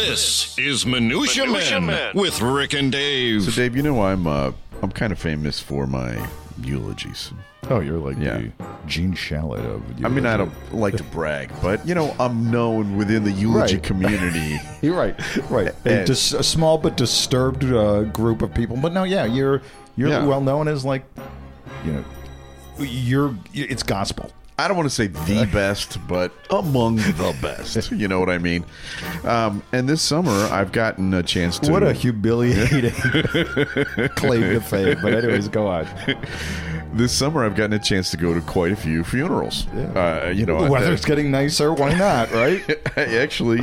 This is Minutia, Minutia Men, Men. with Rick and Dave. So, Dave, you know I'm uh, I'm kind of famous for my eulogies. Oh, you're like Yeah. the Gene Shalit of. I mean, I don't like to brag, but you know, I'm known within the eulogy Right. community. You're right, right. A, And- dis- a small but disturbed uh, group of people, but no, yeah, you're you're Yeah. well known as like, you know, you're it's gospel. I don't want to say the best, but among the best. You know what I mean? Um, and this summer, I've gotten a chance to. What a humiliating claim to fame. But anyways, go on. this summer, I've gotten a chance to go to quite a few funerals. Uh, you know, The I- weather's getting nicer. Why not? Right? I actually,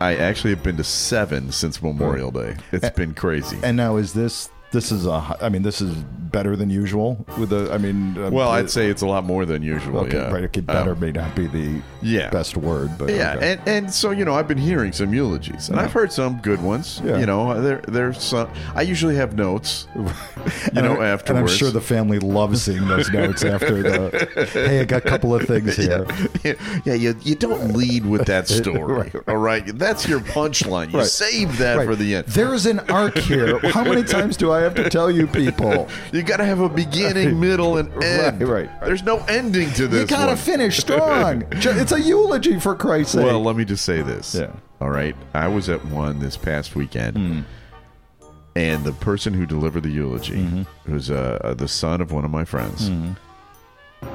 I actually have been to seven since Memorial Day. It's been crazy. And now is this this is a hi- I mean this is better than usual with the I mean um, Well, the- I'd say it's a lot more than usual. okay yeah. right okay Um, better may not be the yeah. best word but Yeah, okay. and, and so you know, I've been hearing some eulogies, and I've heard some good ones. Yeah. You know, uh, there there's some. I usually have notes. You And know, I'm- and afterwards. I'm sure the family loves seeing those notes after the hey I got a couple of things here yeah, you, you don't lead with that story. All right, that's your punchline. You Right. save that Right. for the end. There's an arc here. How many times do I have to tell you people? you got to have a beginning, middle, and end. Right, right. There's no ending to this. You gotta one. finish strong. Ju- It's a eulogy for Christ's sake. Well, let me just say this. Yeah. Hmm. All right. I was at one this past weekend, and the person who delivered the eulogy, Mm-hmm. who's uh, uh, the son of one of my friends, Mm-hmm.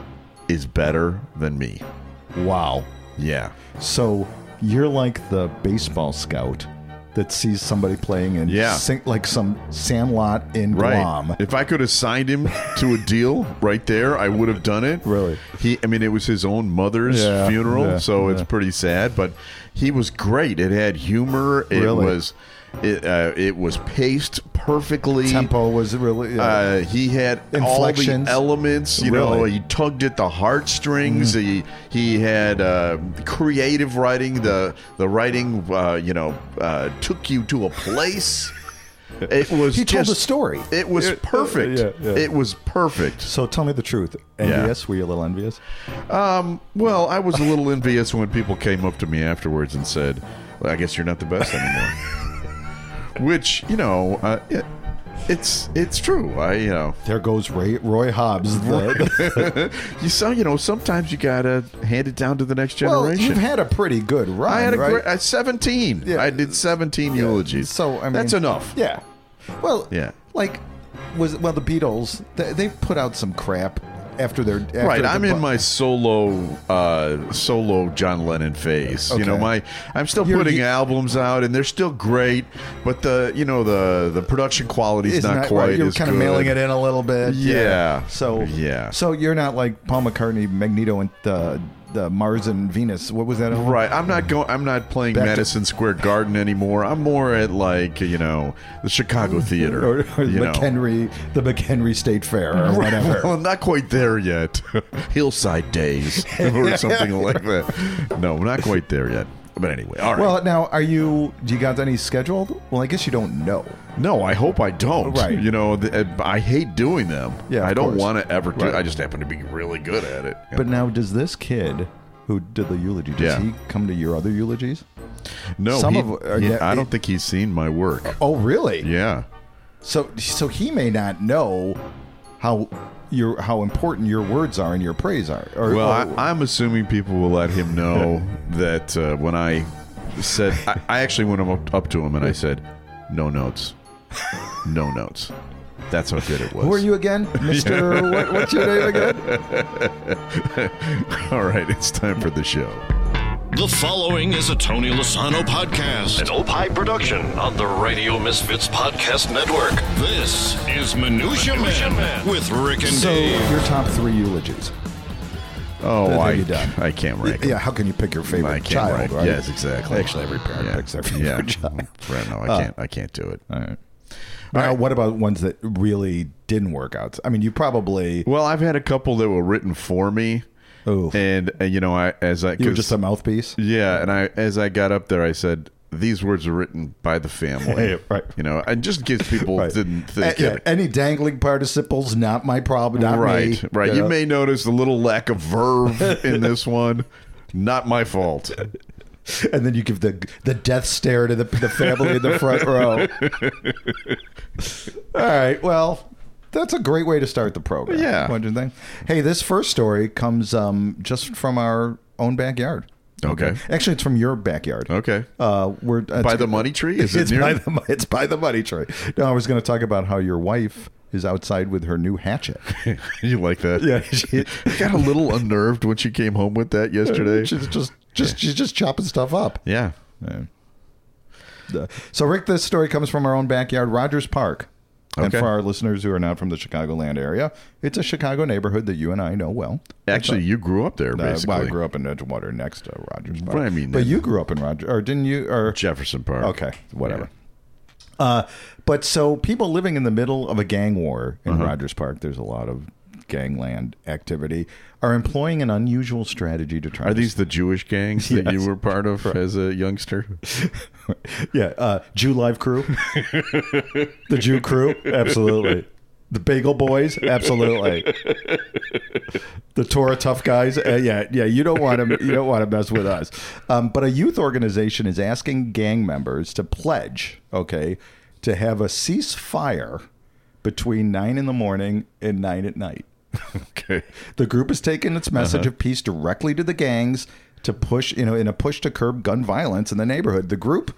is better than me. uh, wow. Yeah. So you're like the baseball scout that sees somebody playing in Yeah. sing- like some sandlot in Right. Guam. If I could have signed him to a deal right there, I would have done it. Really? He. I mean, it was his own mother's Yeah, funeral, yeah, so yeah. it's pretty sad. But he was great. It had humor. It Really? was. It, uh, it was paced perfectly. Tempo was really yeah. Uh, he had all Inflections. the elements. You know, Really? Mm. he tugged at the heartstrings. He he had uh, creative writing. The the writing, uh, you know, uh, took you to a place. It was He told just- a story. It was perfect. yeah, yeah. It was perfect. so tell me the truth. Envious? Were you a little envious? Um, well, I was a little envious when people came up to me afterwards and said, well, "I guess you're not the best anymore," which you know, uh, it, it's it's true. I you know. There goes Ray, Roy Hobbs. The, You saw, you know, sometimes you gotta hand it down to the next well, generation. you've had a pretty good run. I had a right? great uh, at seventeen. Yeah. I did seventeen eulogies. So I mean, that's enough. Yeah. Well, Yeah. Like, was well the Beatles? They, they put out some crap after their after right, the I'm bu- in my solo, uh, solo John Lennon phase. You know, Okay. my I'm still You're- putting you- albums out, and they're still great, but the you know the the production quality is It's not, not quite right. You're as kind of good. mailing it in a little bit. Yeah. So Yeah. So you're not like Paul McCartney, Magneto, and the the Mars and Venus. What was that? album? Right, I'm not going. I'm not playing Back to- Madison Square Garden anymore. I'm more at like you know the Chicago Theater Or, or you know. McHenry, the McHenry State Fair, or whatever. Well, not quite there yet. Hillside Days or something like that. No, we're not quite there yet. But anyway, all right. Well, now, are you? Do you got any scheduled? Well, I guess you don't know. no, I hope I don't. Right. You know, th- I hate doing them. Yeah, I of don't course. want to ever do. Right. I just happen to be really good at it. But now, does this kid who did the eulogy? Does Yeah. he come to your other eulogies? no, some he- of- uh, are he- that- I don't think he's seen my work. Oh, really? Yeah. So, so he may not know how your how important your words are and your praise are. Or, oh. Well, or- I, I'm assuming people will let him know that uh, when I said, I, I actually went up, up to him and I said, "No notes, no notes." That's how good it was. who are you again, Mister? what, what's your name again? All right, it's time for the show. The following is a Tony Lasano podcast. An Opie production on the Radio Misfits Podcast Network. This is Minutia, Minutia Men, Men. with Rick and So, Dave. your top three eulogies. Oh, Then I, you're done. I can't rank. Yeah, how can you pick your favorite I can't child? rank. Right? Yes, exactly. Actually, every parent yeah. picks their favorite yeah. Mm-hmm. child. Uh. Right, no, I can't. I can't do it. All right. Now, what about ones that really didn't work out? I mean, you probably Well, I've had a couple that were written for me, Ooh. and, and you know, I as I you were 'cause- just a mouthpiece. Yeah, and I as I got up there, I said these words are written by the family, Right. You know, and just in case people Right. didn't A- think yeah, it. any dangling participles, not my problem. Not right, me. right. You know? may notice a little lack of verve in this one. Not my fault. and then you give the the death stare to the, the family in the front row. All right, well, that's a great way to start the program. Yeah. Don't you think? Hey, this first story comes um, just from our own backyard. Okay. Actually, it's from your backyard. Okay. Uh, we're By the money tree? Is it it's near- by the mo- it's by the money tree. No, I was going to talk about how your wife is outside with her new hatchet. you like that? Yeah, she- I got a little unnerved when she came home with that yesterday. she's just just she's just chopping stuff up. yeah. Uh, So, Rick, this story comes from our own backyard, Rogers Park. And Okay. for our listeners who are not from the Chicagoland area, it's a Chicago neighborhood that you and I know well. Actually, you grew up there, Uh, well, basically. I grew up in Edgewater next to Rogers Park. Well, I mean, but then- you grew up in Rogers, or didn't you? Or Jefferson Park. Okay, whatever. Uh, but so people living in the middle of a gang war in Rogers Park, there's a lot of gangland activity, are employing an unusual strategy to try. Are to these the Jewish gangs that you Yes. were part of as a youngster? yeah, uh, Jew Live Crew, the Jew Crew, absolutely. The Bagel Boys, absolutely. The Torah Tough Guys, uh, yeah, yeah. You don't want to, you don't want to mess with us. Um, but a youth organization is asking gang members to pledge, okay, to have a ceasefire between nine in the morning and nine at night. Okay. The group has taken its message Uh-huh. of peace directly to the gangs to push, you know, in a push to curb gun violence in the neighborhood. The group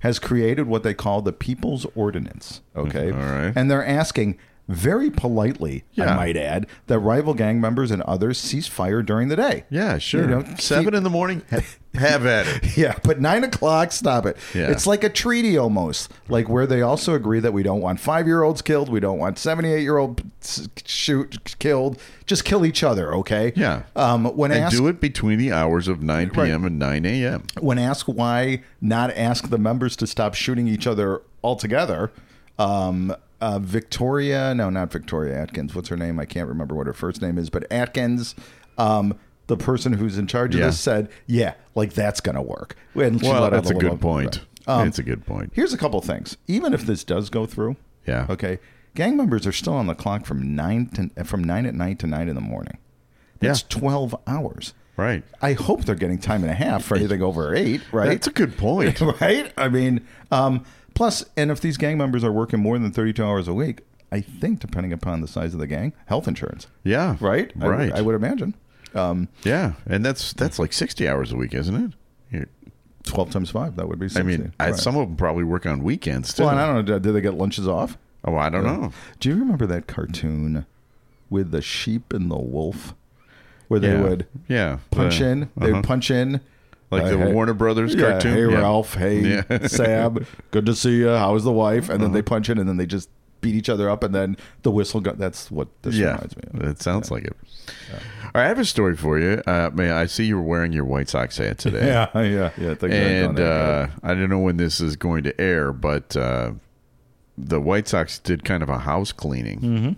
has created what they call the People's Ordinance. Okay. Mm-hmm. All right. And they're asking very politely, I Yeah. might add, that rival gang members and others cease fire during the day. Yeah, sure. You know, Seven in the morning, ha- have at it. Yeah, but nine o'clock, stop it. Yeah. It's like a treaty almost, like where they also agree that we don't want five year olds killed, we don't want 78 year old shoot killed. Just kill each other, okay? Yeah. Um, when And asked, do it between the hours of 9 p.m. and 9 a.m. when asked why not ask the members to stop shooting each other altogether, um, uh, Victoria, no, not Victoria Atkins. What's her name? I can't remember what her first name is, but Atkins, um, the person who's in charge of Yeah. this, said, "Yeah, like that's going to work." And she let Well, out that's a little- good point. Right. Um, It's a good point. Here's a couple things. Even if this does go through, Yeah. okay, gang members are still on the clock from nine to from nine at night to nine in the morning. That's twelve hours. Right. I hope they're getting time and a half for anything over eight, right? That's a good point. right? I mean, um, plus, and if these gang members are working more than 32 hours a week, I think, depending upon the size of the gang, health insurance, Yeah. right? I- Right. I, would imagine. Um, Yeah, and that's that's like sixty hours a week, isn't it? You- 12 times five, that would be 60. I mean, I, Right. some of them probably work on weekends too. well, and I don't know, do they get lunches off? oh, I don't know. Do you remember that cartoon with the sheep and the wolf where they yeah. would yeah punch Uh, in? They uh-huh. would punch in. like the uh, hey- Warner Brothers Yeah, cartoon. Hey, Yeah. Ralph. Hey, Yeah. Uh-huh. Sam. Good to see you. How's the wife? And then they punch in, and then they just beat each other up, and then the whistle go That's what this Yeah, reminds me of. it sounds like it. All right, I have a story for you. Uh, man, I see you're wearing your White Sox hat today. Yeah, yeah, yeah. things I've done and that. uh, I don't know when this is going to air, but uh, the White Sox did kind of a house cleaning, Mm-hmm.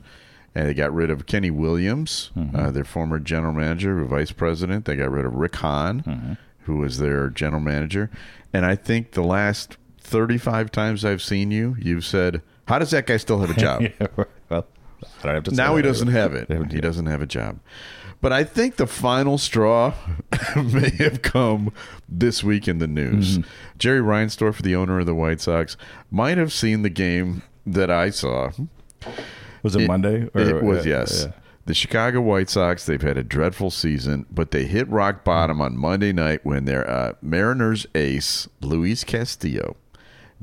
and they got rid of Kenny Williams, uh, their former general manager, or vice president. They got rid of Rick Hahn, Mm-hmm. who was their general manager, and I think the last thirty-five times I've seen you, you've said, "How does that guy still have a job?" Yeah, well, I don't have to. say now he that. doesn't have it. Yeah. He doesn't have a job. But I think the final straw may have come this week in the news. Jerry Reinsdorf, the owner of the White Sox, might have seen the game that I saw. Was it, Monday? it was, yeah, yes. yeah. The Chicago White Sox, they've had a dreadful season, but they hit rock bottom on Monday night when their uh, Mariners ace, Luis Castillo,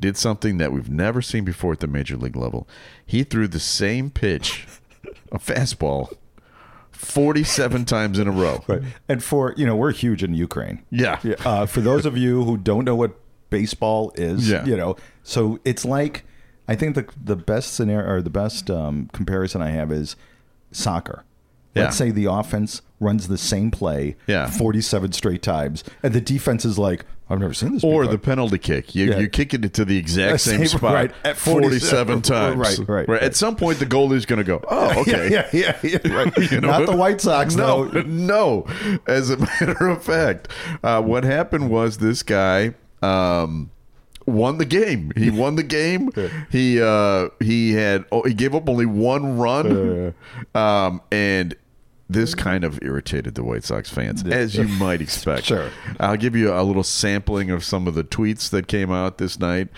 did something that we've never seen before at the major league level. He threw the same pitch, a fastball, 47 times in a row. Right. And for you know, we're huge in Ukraine. Yeah. Yeah, uh, for those of you who don't know what baseball is, Yeah. you know, so it's like I think the the best scenario or the best um, comparison I have is soccer. Yeah. Let's say the offense runs the same play Yeah. 47 straight times, and the defense is like, I've never seen this Or before. the penalty kick. You, Yeah. you kick it to the exact Same- same, spot right, at 47, 47 times. Right, right, right. At some point, the goalie's going to go, oh, okay. Yeah, yeah, yeah. yeah, right. You know? Not the White Sox, no, though. No. As a matter of fact, uh, what happened was this guy um, won the game. He won the game. He uh, he had oh, he gave up only one run, um, and This kind of irritated the White Sox fans, as you might expect. Sure. I'll give you a little sampling of some of the tweets that came out this night.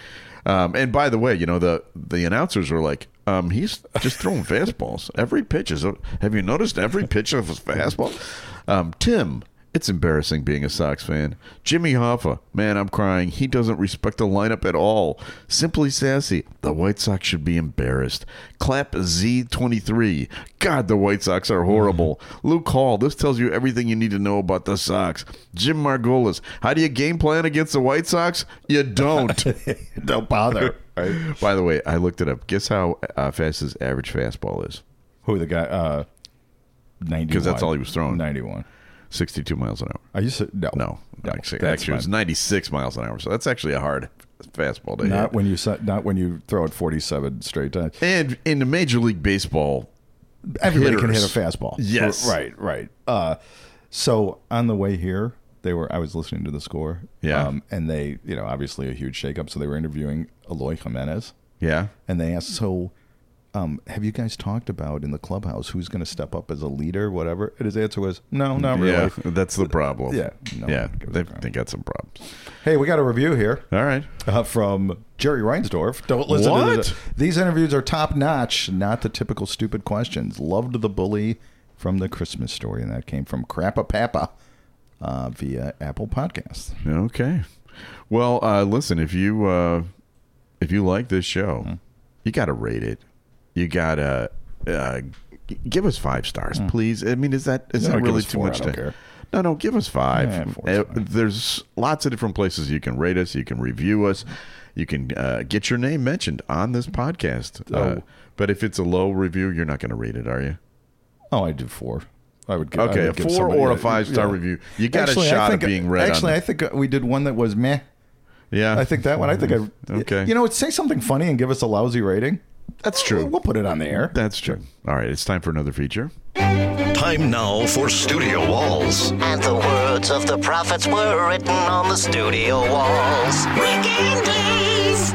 Um, and by the way, you know the the announcers were like, um, "He's just throwing fastballs. Every pitch is. A, have you noticed every pitch of his fastball?" Um, Tim, it's embarrassing being a Sox fan. Jimmy Hoffa, man, I'm crying. He doesn't respect the lineup at all. Simply sassy. The White Sox should be embarrassed. Clap Z23. God, the White Sox are horrible. Luke Hall, this tells you everything you need to know about the Sox. Jim Margolis, how do you game plan against the White Sox? You don't. Don't bother. right? By the way, I looked it up. Guess how uh, fast his average fastball is? Who the guy? Uh, ninety. Because that's all he was throwing. Ninety-one. 62 miles an hour. Are you ser- no? No, actually, that's actually it was fine. 96 miles an hour. So that's actually a hard fastball to Not hit. when you sa- not when you throw it forty-seven straight times. and in the Major League Baseball, Everybody can hit a hitters. fastball. Yes. right, right. Uh, so on the way here, they were. I was listening to the score. um, Yeah. and they, you know, obviously a huge shakeup. So they were interviewing Aloy Jimenez, yeah, and they asked, "So, um, have you guys talked about in the clubhouse who's going to step up as a leader, whatever?" And his answer was, "No, not Oh, really." yeah, that's the problem. Yeah, no yeah, one gives a they, crap. they got some problems. Hey, we got a review here. All right, uh, from Jerry Reinsdorf. Don't listen to What? this. These interviews are top notch, not the typical stupid questions. Loved the bully from the Christmas story, and that came from Crappa Papa uh, via Apple Podcasts. okay. Well, uh, listen, if you uh, if you like this show, Hmm. you got to rate it. You got to uh, g- give us five stars, please. I mean, is that is Hmm. No, that give really us too four, much I don't to? care. No, no, give us five. Yeah, four's Uh, fine. There's lots of different places you can rate us, you can review us, you can uh, get your name mentioned on this podcast. Uh, but if it's a low review, you're not going to rate it, are you? Oh, I did four. I would give Okay, I a would give four somebody or a five star review. You got Actually, a I shot think, of being read. Actually, on, I think uh, we did one that was meh. yeah, I think that one. I think I. Okay. You know, what, say something funny and give us a lousy rating. that's true. We'll put it on the air. That's true. All right, it's time for another feature. Time now for Studio Walls. And the words of the prophets were written on the studio walls. Weekend days.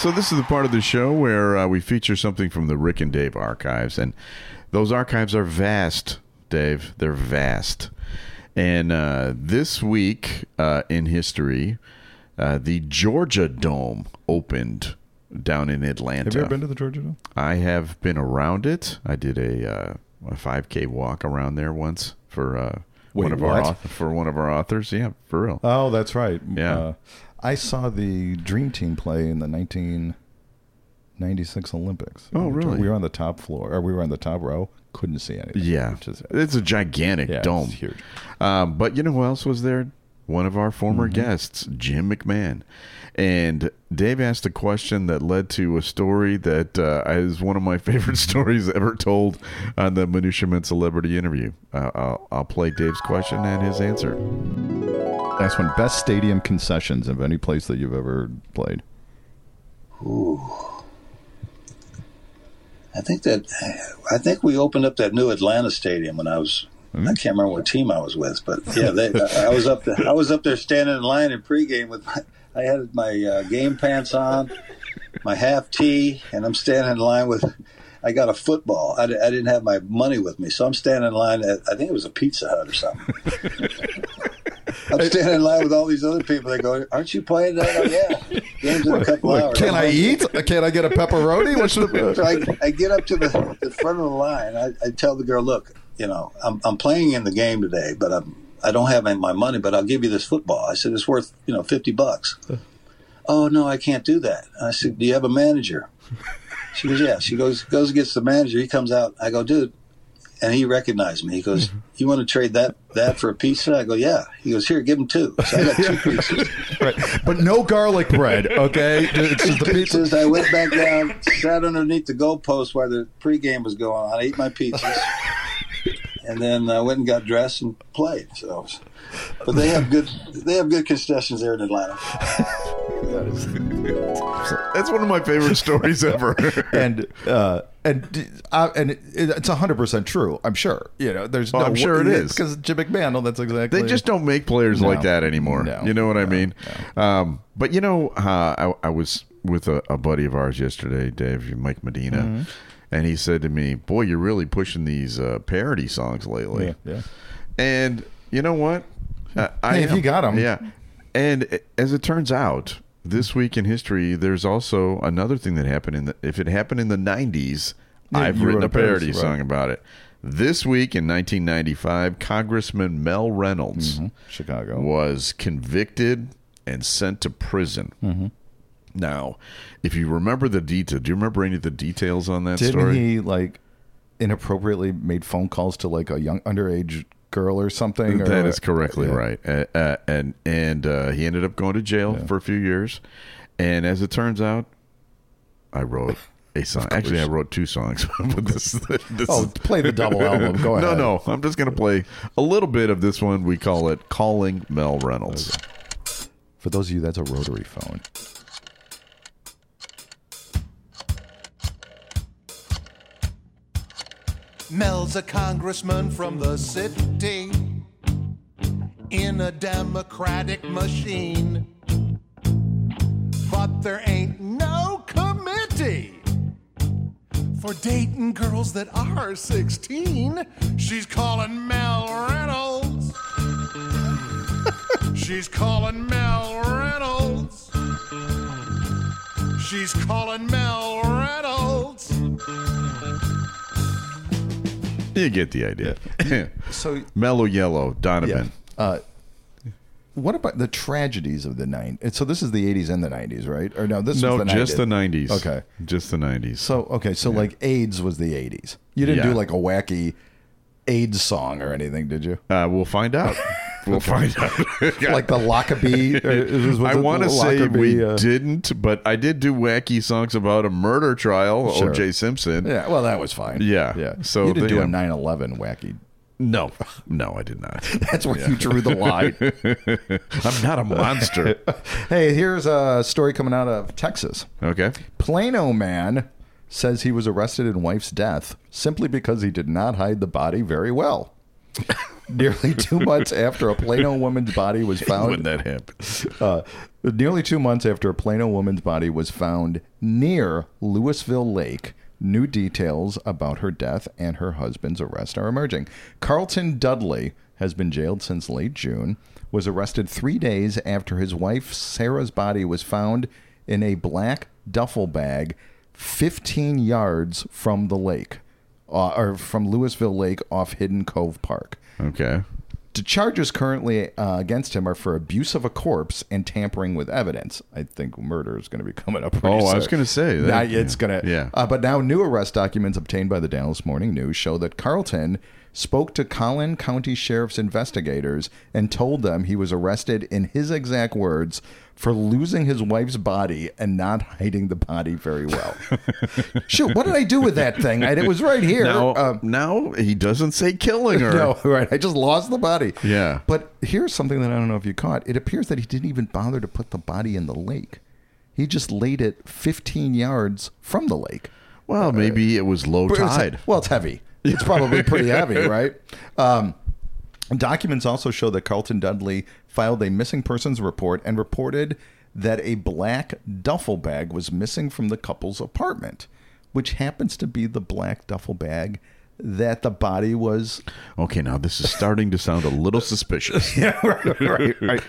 So this is the part of the show where uh, we feature something from the Rick and Dave archives, and those archives are vast, Dave. They're vast. And uh, this week uh, in history, uh, the Georgia Dome opened down in Atlanta. Have you ever been to the Georgia Dome? I have been around it. I did a uh, a 5K walk around there once for uh, one Wait, of what? our auth- for one of our authors. Yeah, for real. Oh, that's right. uh, Yeah. I saw the Dream Team play in the 1996 Olympics. Oh, really? We were on the top floor, or we were on the top row. Couldn't see anything. yeah, Which is- it's a gigantic Yeah, it's dome. huge. Um, but you know who else was there? One of our former guests, Jim McMahon. And Dave asked a question that led to a story that uh, is one of my favorite stories ever told on the Minutia Men Celebrity interview. Uh, I'll, I'll play Dave's question and his answer. That's one. Best stadium concessions of any place that you've ever played. I think that I think we opened up that new Atlanta stadium when I was Hmm? I can't remember what team I was with, but yeah, they, I was up there, I was up there standing in line in pregame with my, I had my uh, game pants on, my half tee, and I'm standing in line with I got a football. I, di- I didn't have my money with me, so I'm standing in line at I think it was a Pizza Hut or something. I'm standing in line with all these other people. They go, "Aren't you playing?" I go, "Yeah, game's in a couple hours." Can I'm I like, eat? Can I get a pepperoni? What's so the I, I get up to the, the front of the line. I, I tell the girl, look, you know, I'm, I'm playing in the game today, but I'm, I don't have any, my money, but I'll give you this football. I said, it's worth, you know, 50 bucks. oh, no, I can't do that. I said, do you have a manager? She goes, yeah. She goes, goes and gets the manager. He comes out. I go, dude. And he recognized me. He goes, you want to trade that, that for a pizza? I go, yeah. He goes, here, give him two. So I got two pizzas. right. But no garlic bread, okay? It's just the pizza. Since I went back down, sat underneath the goalpost while the pregame was going on, ate my pizzas, and then I went and got dressed and played. So, but they have good they have good concessions there in Atlanta. That's one of my favorite stories ever. and uh, and uh, and it, it's hundred percent true. I'm sure. You know, there's. Oh, no, I'm sure it is. because Jim McMahon. No, that's exactly. They just don't make players No. like that anymore. No. You know what I mean? Um, but Mm-hmm. you know, uh, I, I was with a, a buddy of ours yesterday, Dave Mike Medina, and he said to me, "Boy, you're really pushing these uh, parody songs lately." Yeah, yeah. And you know what? Uh, I Hey, if am. you got 'em. yeah. And as it turns out, this week in history, there's also another thing that happened in the. If it happened in the '90s, I've you written wrote a a parody parody song. song about it. This week in 1995, Congressman Mel Reynolds Mm-hmm. Chicago. was convicted and sent to prison. Mm-hmm. Now, if you remember the detail, do you remember any of the details on that Didn't story? he like inappropriately made phone calls to like a young underage girl or something? or- That is correctly Yeah. right. Uh, uh, and and uh, he ended up going to jail for a few years. And as it turns out, I wrote a song. Actually, I wrote two songs. but this, this Oh, is- play the double album. Go No, ahead. no. I'm just going to play a little bit of this one. We call it Calling Mel Reynolds. For those of you, that's a rotary phone. Mel's a congressman from the city in a democratic machine. But there ain't no committee for dating girls that are 16. She's calling Mel Reynolds. She's calling Mel Reynolds. She's calling Mel Reynolds. You get the idea. So Mellow Yellow, Donovan. Uh, what about the tragedies of the night? So this is the '80s and the '90s, right? Or no, this No, was the just 90s. the 90s. Okay. Just the 90s. So okay, so like AIDS was the '80s. You didn't Yeah. do like a wacky AIDS song or anything, did you? Uh, we'll find out. We'll find out. Like the Lockerbie. or it was- was I it want to the say Lockerbie, we uh, didn't, but I did do wacky songs about a murder trial, Sure. O.J. Simpson. Yeah, well, that was fine. Yeah. yeah. So So you didn't they- do yeah. a 9/11 wacky. No, no, I did not. That's where you drew the line. I'm not a monster. hey, here's a story coming out of Texas. Okay. Plano man says he was arrested in wife's death simply because he did not hide the body very well. nearly two months after a Plano woman's body was When found, that happened. uh, nearly two months after a Plano woman's body was found near Louisville Lake, new details about her death and her husband's arrest are emerging. Carlton Dudley has been jailed since late June, was arrested three days after his wife Sarah's body was found in a black duffel bag 15 yards from the lake, uh, or from Louisville Lake off Hidden Cove Park. Okay. The charges currently uh, against him are for abuse of a corpse and tampering with evidence. I think murder is going to be coming up. pretty Oh, I soon. was gonna say that- Now it's going to. yeah. Uh, but now, new arrest documents obtained by the Dallas Morning News show that Carlton spoke to Collin County Sheriff's investigators and told them he was arrested in his exact words for losing his wife's body and not hiding the body very well. Shoot, what did I do with that thing? I, it was right here. Now, Um, now he doesn't say killing her. no, right. I just lost the body. Yeah. But here's something that I don't know if you caught. It appears that he didn't even bother to put the body in the lake. He just laid it 15 yards from the lake. Uh, Well, maybe it was low But it's- tide. well, it's heavy. It's probably pretty heavy, right? Um, documents also show that Carlton Dudley filed a missing persons report and reported that a black duffel bag was missing from the couple's apartment, which happens to be the black duffel bag that the body was Okay, now this is starting to sound a little suspicious. Yeah, right, right, right.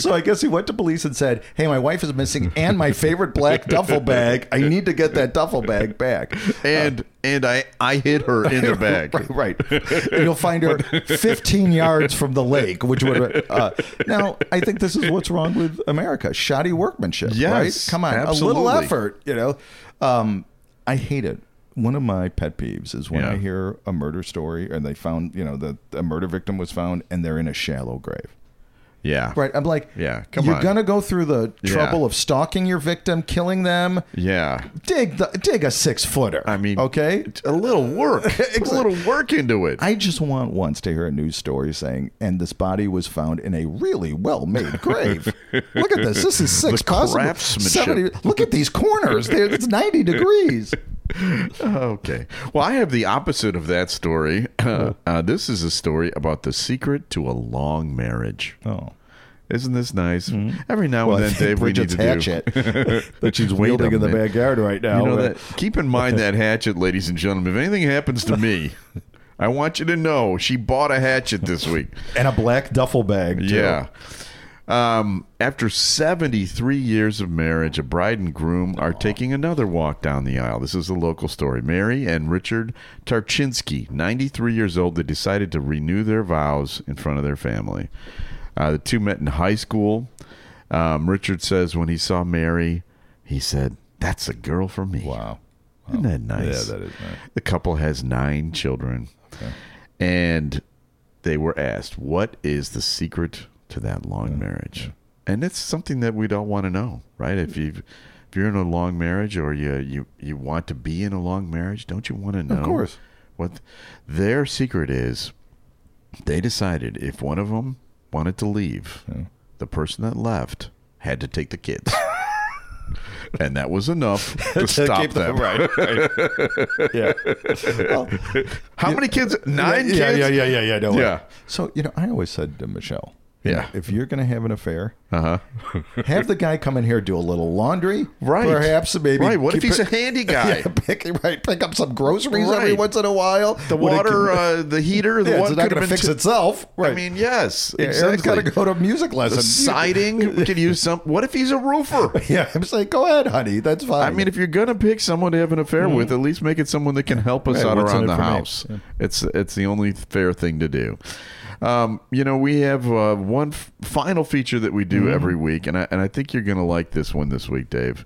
so I guess he went to police and said, "Hey, my wife is missing, and my favorite black duffel bag. I need to get that duffel bag back." And and I I hit her in the bag. Right, right. And you'll find her 15 yards from the lake, which would. Uh, now, I think this is what's wrong with America: shoddy workmanship. Yes, right? come on, a absolutely. little effort. You know, um, I hate it. One of my pet peeves is when Yeah. I hear a murder story and they found, you know, that a murder victim was found and they're in a shallow grave. Yeah. Right. I'm like, Yeah, come you're on. gonna go through the Yeah. trouble of stalking your victim, killing them. Yeah. Dig the dig a six footer. I mean, okay. a little work, Put a little work into it. I just want once to hear a news story saying, and this body was found in a really well made grave. look at this. This is six The possible. craftsmanship. 70 look at these corners. There, it's 90 degrees. okay. Well, I have the opposite of that story. Uh, uh, this is a story about the secret to a long marriage. Oh. Mm-hmm. Isn't this nice? Every now Well, I and then, think Dave, we need Bridget's to hatchet do that she's Wait a wielding in the minute. backyard right now. You know that. Keep in mind that hatchet, ladies and gentlemen. If anything happens to me, I want you to know she bought a hatchet this week. and a black duffel bag. too. Yeah. Um, after 73 years of marriage, a bride and groom are taking another walk down the aisle. This is a local story. Mary and Richard Tarchinsky, 93 years old, they decided to renew their vows in front of their family. Uh, the two met in high school. Um, Richard says when he saw Mary, he said, That's a girl for me. Wow. Isn't that nice? Yeah, that is nice. The couple has nine children. And they were asked, what is the secret to that long marriage? And it's something that we'd all want to know, right? If you if you're in a long marriage or you, you you want to be in a long marriage, don't you want to know? course. What their secret is, they decided if one of them wanted to leave, the person that left had to take the kids. and that was enough to stop keep them- them. right, Yeah. How many kids? Nine yeah, kids? Yeah, yeah, yeah, yeah. Don't worry. Yeah. So, you know, I always said to Michelle, Yeah. if you're going to have an affair, uh-huh. have the guy come in here, do a little laundry. Right. Perhaps maybe. Right. What if keep he's a it- handy guy? Yeah, pick, right, pick up some groceries every Right. once in a while. The Would it- water, uh, the heater, the yeah, one it's not could going to have been fix t- itself. Right. I mean, yes, Yeah, Aaron's got exactly. to go to music the lesson. siding. we could use some. What if he's a roofer? Yeah, I'm saying, go ahead, honey. That's fine. I mean, if you're gonna pick someone to have an affair with, at least make it someone that can help us Right, out Mm. what's in around it the for me? house. It's it's the only fair thing to do. Um, you know, we have uh, one f- final feature that we Mm-hmm. do every week, and I and I think you're gonna like this one this week, Dave.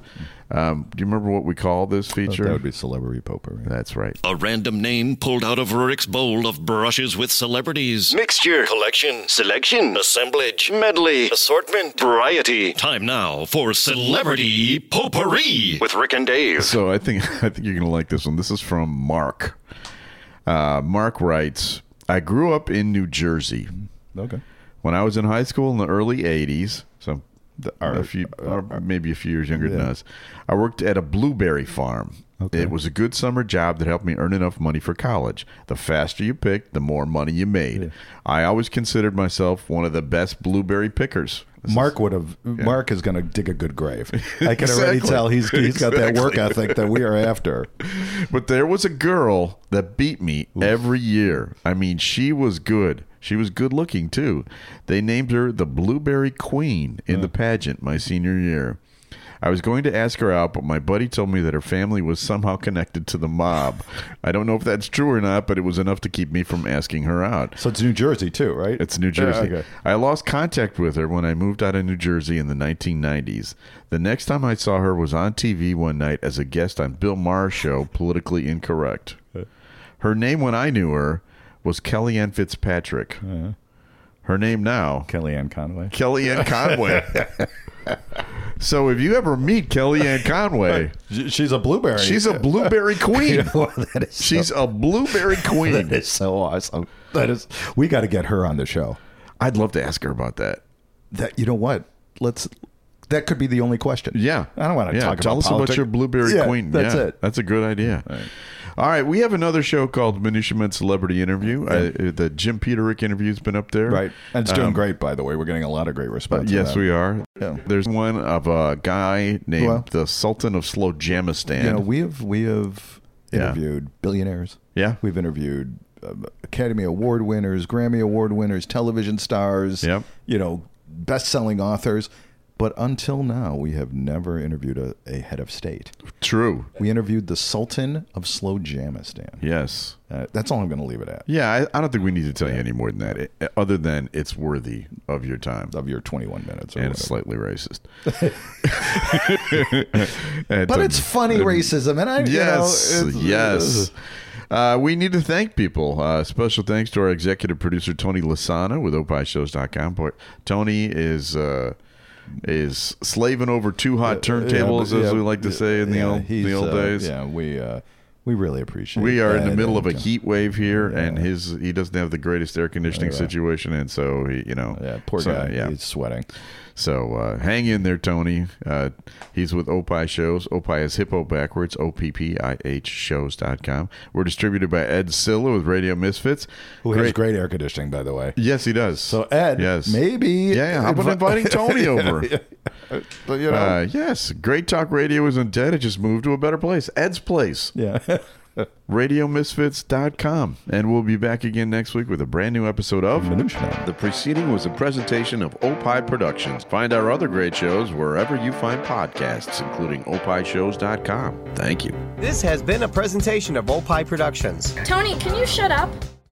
Um, do you remember what we call this Mm. Oh, feature? that would be celebrity popery. That's right. A random name pulled out of Rick's bowl of brushes with celebrities. Mixture, collection, selection, assemblage, medley, assortment, variety. Time now for Celebrity Potpourri with Rick and Dave. So I think I think you're gonna like this one. This is from Mark. Uh, Mark writes, "I grew up in New Jersey. Okay. When I was in high school in the early '80s, so our- a few, or maybe a few years younger than us, I worked at a blueberry farm. It was a good summer job that helped me earn enough money for college. The faster you picked, the more money you made. I always considered myself one of the best blueberry pickers. This is- Mark would Of- have. Mark is going to dig a good grave. I can Exactly. already tell he's he's got that work Exactly. ethic that we are after. But there was a girl that beat me every year. I mean, she was good. She was good looking too. They named her the Blueberry Queen in the pageant my senior year. I was going to ask her out, but my buddy told me that her family was somehow connected to the mob. I don't know if that's true or not, but it was enough to keep me from asking her out. So it's New Jersey too, right? It's New Jersey. Oh, okay. I lost contact with her when I moved out of New Jersey in the 1990s. The next time I saw her was on TV one night as a guest on Bill Maher's show, Politically Incorrect. Uh-huh. Her name when I knew her was Kellyanne Fitzpatrick. Uh-huh. Her name now, Kellyanne Conway. Kellyanne Conway. so if you ever meet Kellyanne Conway, She's a blueberry. she's a blueberry queen. that is She's a blueberry queen. That is so awesome. That is, we got to get her on the show. I'd love to ask her about that. That you know what? Let's. That could be the only question. Yeah, I don't want to Yeah, talk Tell about us about politics. your blueberry Yeah, queen. That's Yeah, it. That's a good idea. All right, we have another show called Minutemen Celebrity Interview. I, the Jim Peterick interview's been up there, Right, and it's doing Um, great. By the way, we're getting a lot of great response. Yes, we we are. Yeah. There's one of a guy named Well- the Sultan of Slojamistan. You know, we have we have Yeah. interviewed billionaires. Yeah. we've interviewed um, Academy Award winners, Grammy Award winners, television stars. Yep. you know, best-selling authors. But until now, we have never interviewed a, a head of state. True. We interviewed the Sultan of Slojamistan. Yes. Uh, that's all I'm going to leave it at. Yeah, I, I don't think we need to tell you any more than that. It- other than it's worthy of your time. Of your 21 minutes, or And it's whatever. slightly racist. And, but um, it's funny racism, and I you know, Yes, it's- yes. Uh, we need to thank people. Uh, special thanks to our executive producer Tony Lasana with opishows.com. Por- Tony is uh, is slaving over two hot turntables, Yeah, as yeah, we like to say in the yeah, old the he's, old uh, days. Yeah, we uh, we really appreciate. We are in the that, middle of a and, uh, heat wave here, and his he doesn't have the greatest air conditioning situation, and so he, you know, Yeah, poor so, guy. Yeah, He's sweating. So uh, hang in there, Tony. Uh, he's with Opie Shows. Opie is hippo backwards, O P P I H shows.com. We're distributed by Ed Silla with Radio Misfits. Who has great air conditioning, by the way. Yes, he does. So Ed, yes. maybe Yeah, how about inviting Tony over? But, you know, Uh, yes, Great Talk Radio isn't dead. It just moved to a better place. Ed's place. yeah. RadioMisfits.com. And we'll be back again next week with a brand new episode of The preceding was a presentation of Opie Productions. Find our other great shows wherever you find podcasts, including opishows.com. Thank you. This has been a presentation of Opie Productions. Tony, can you shut up?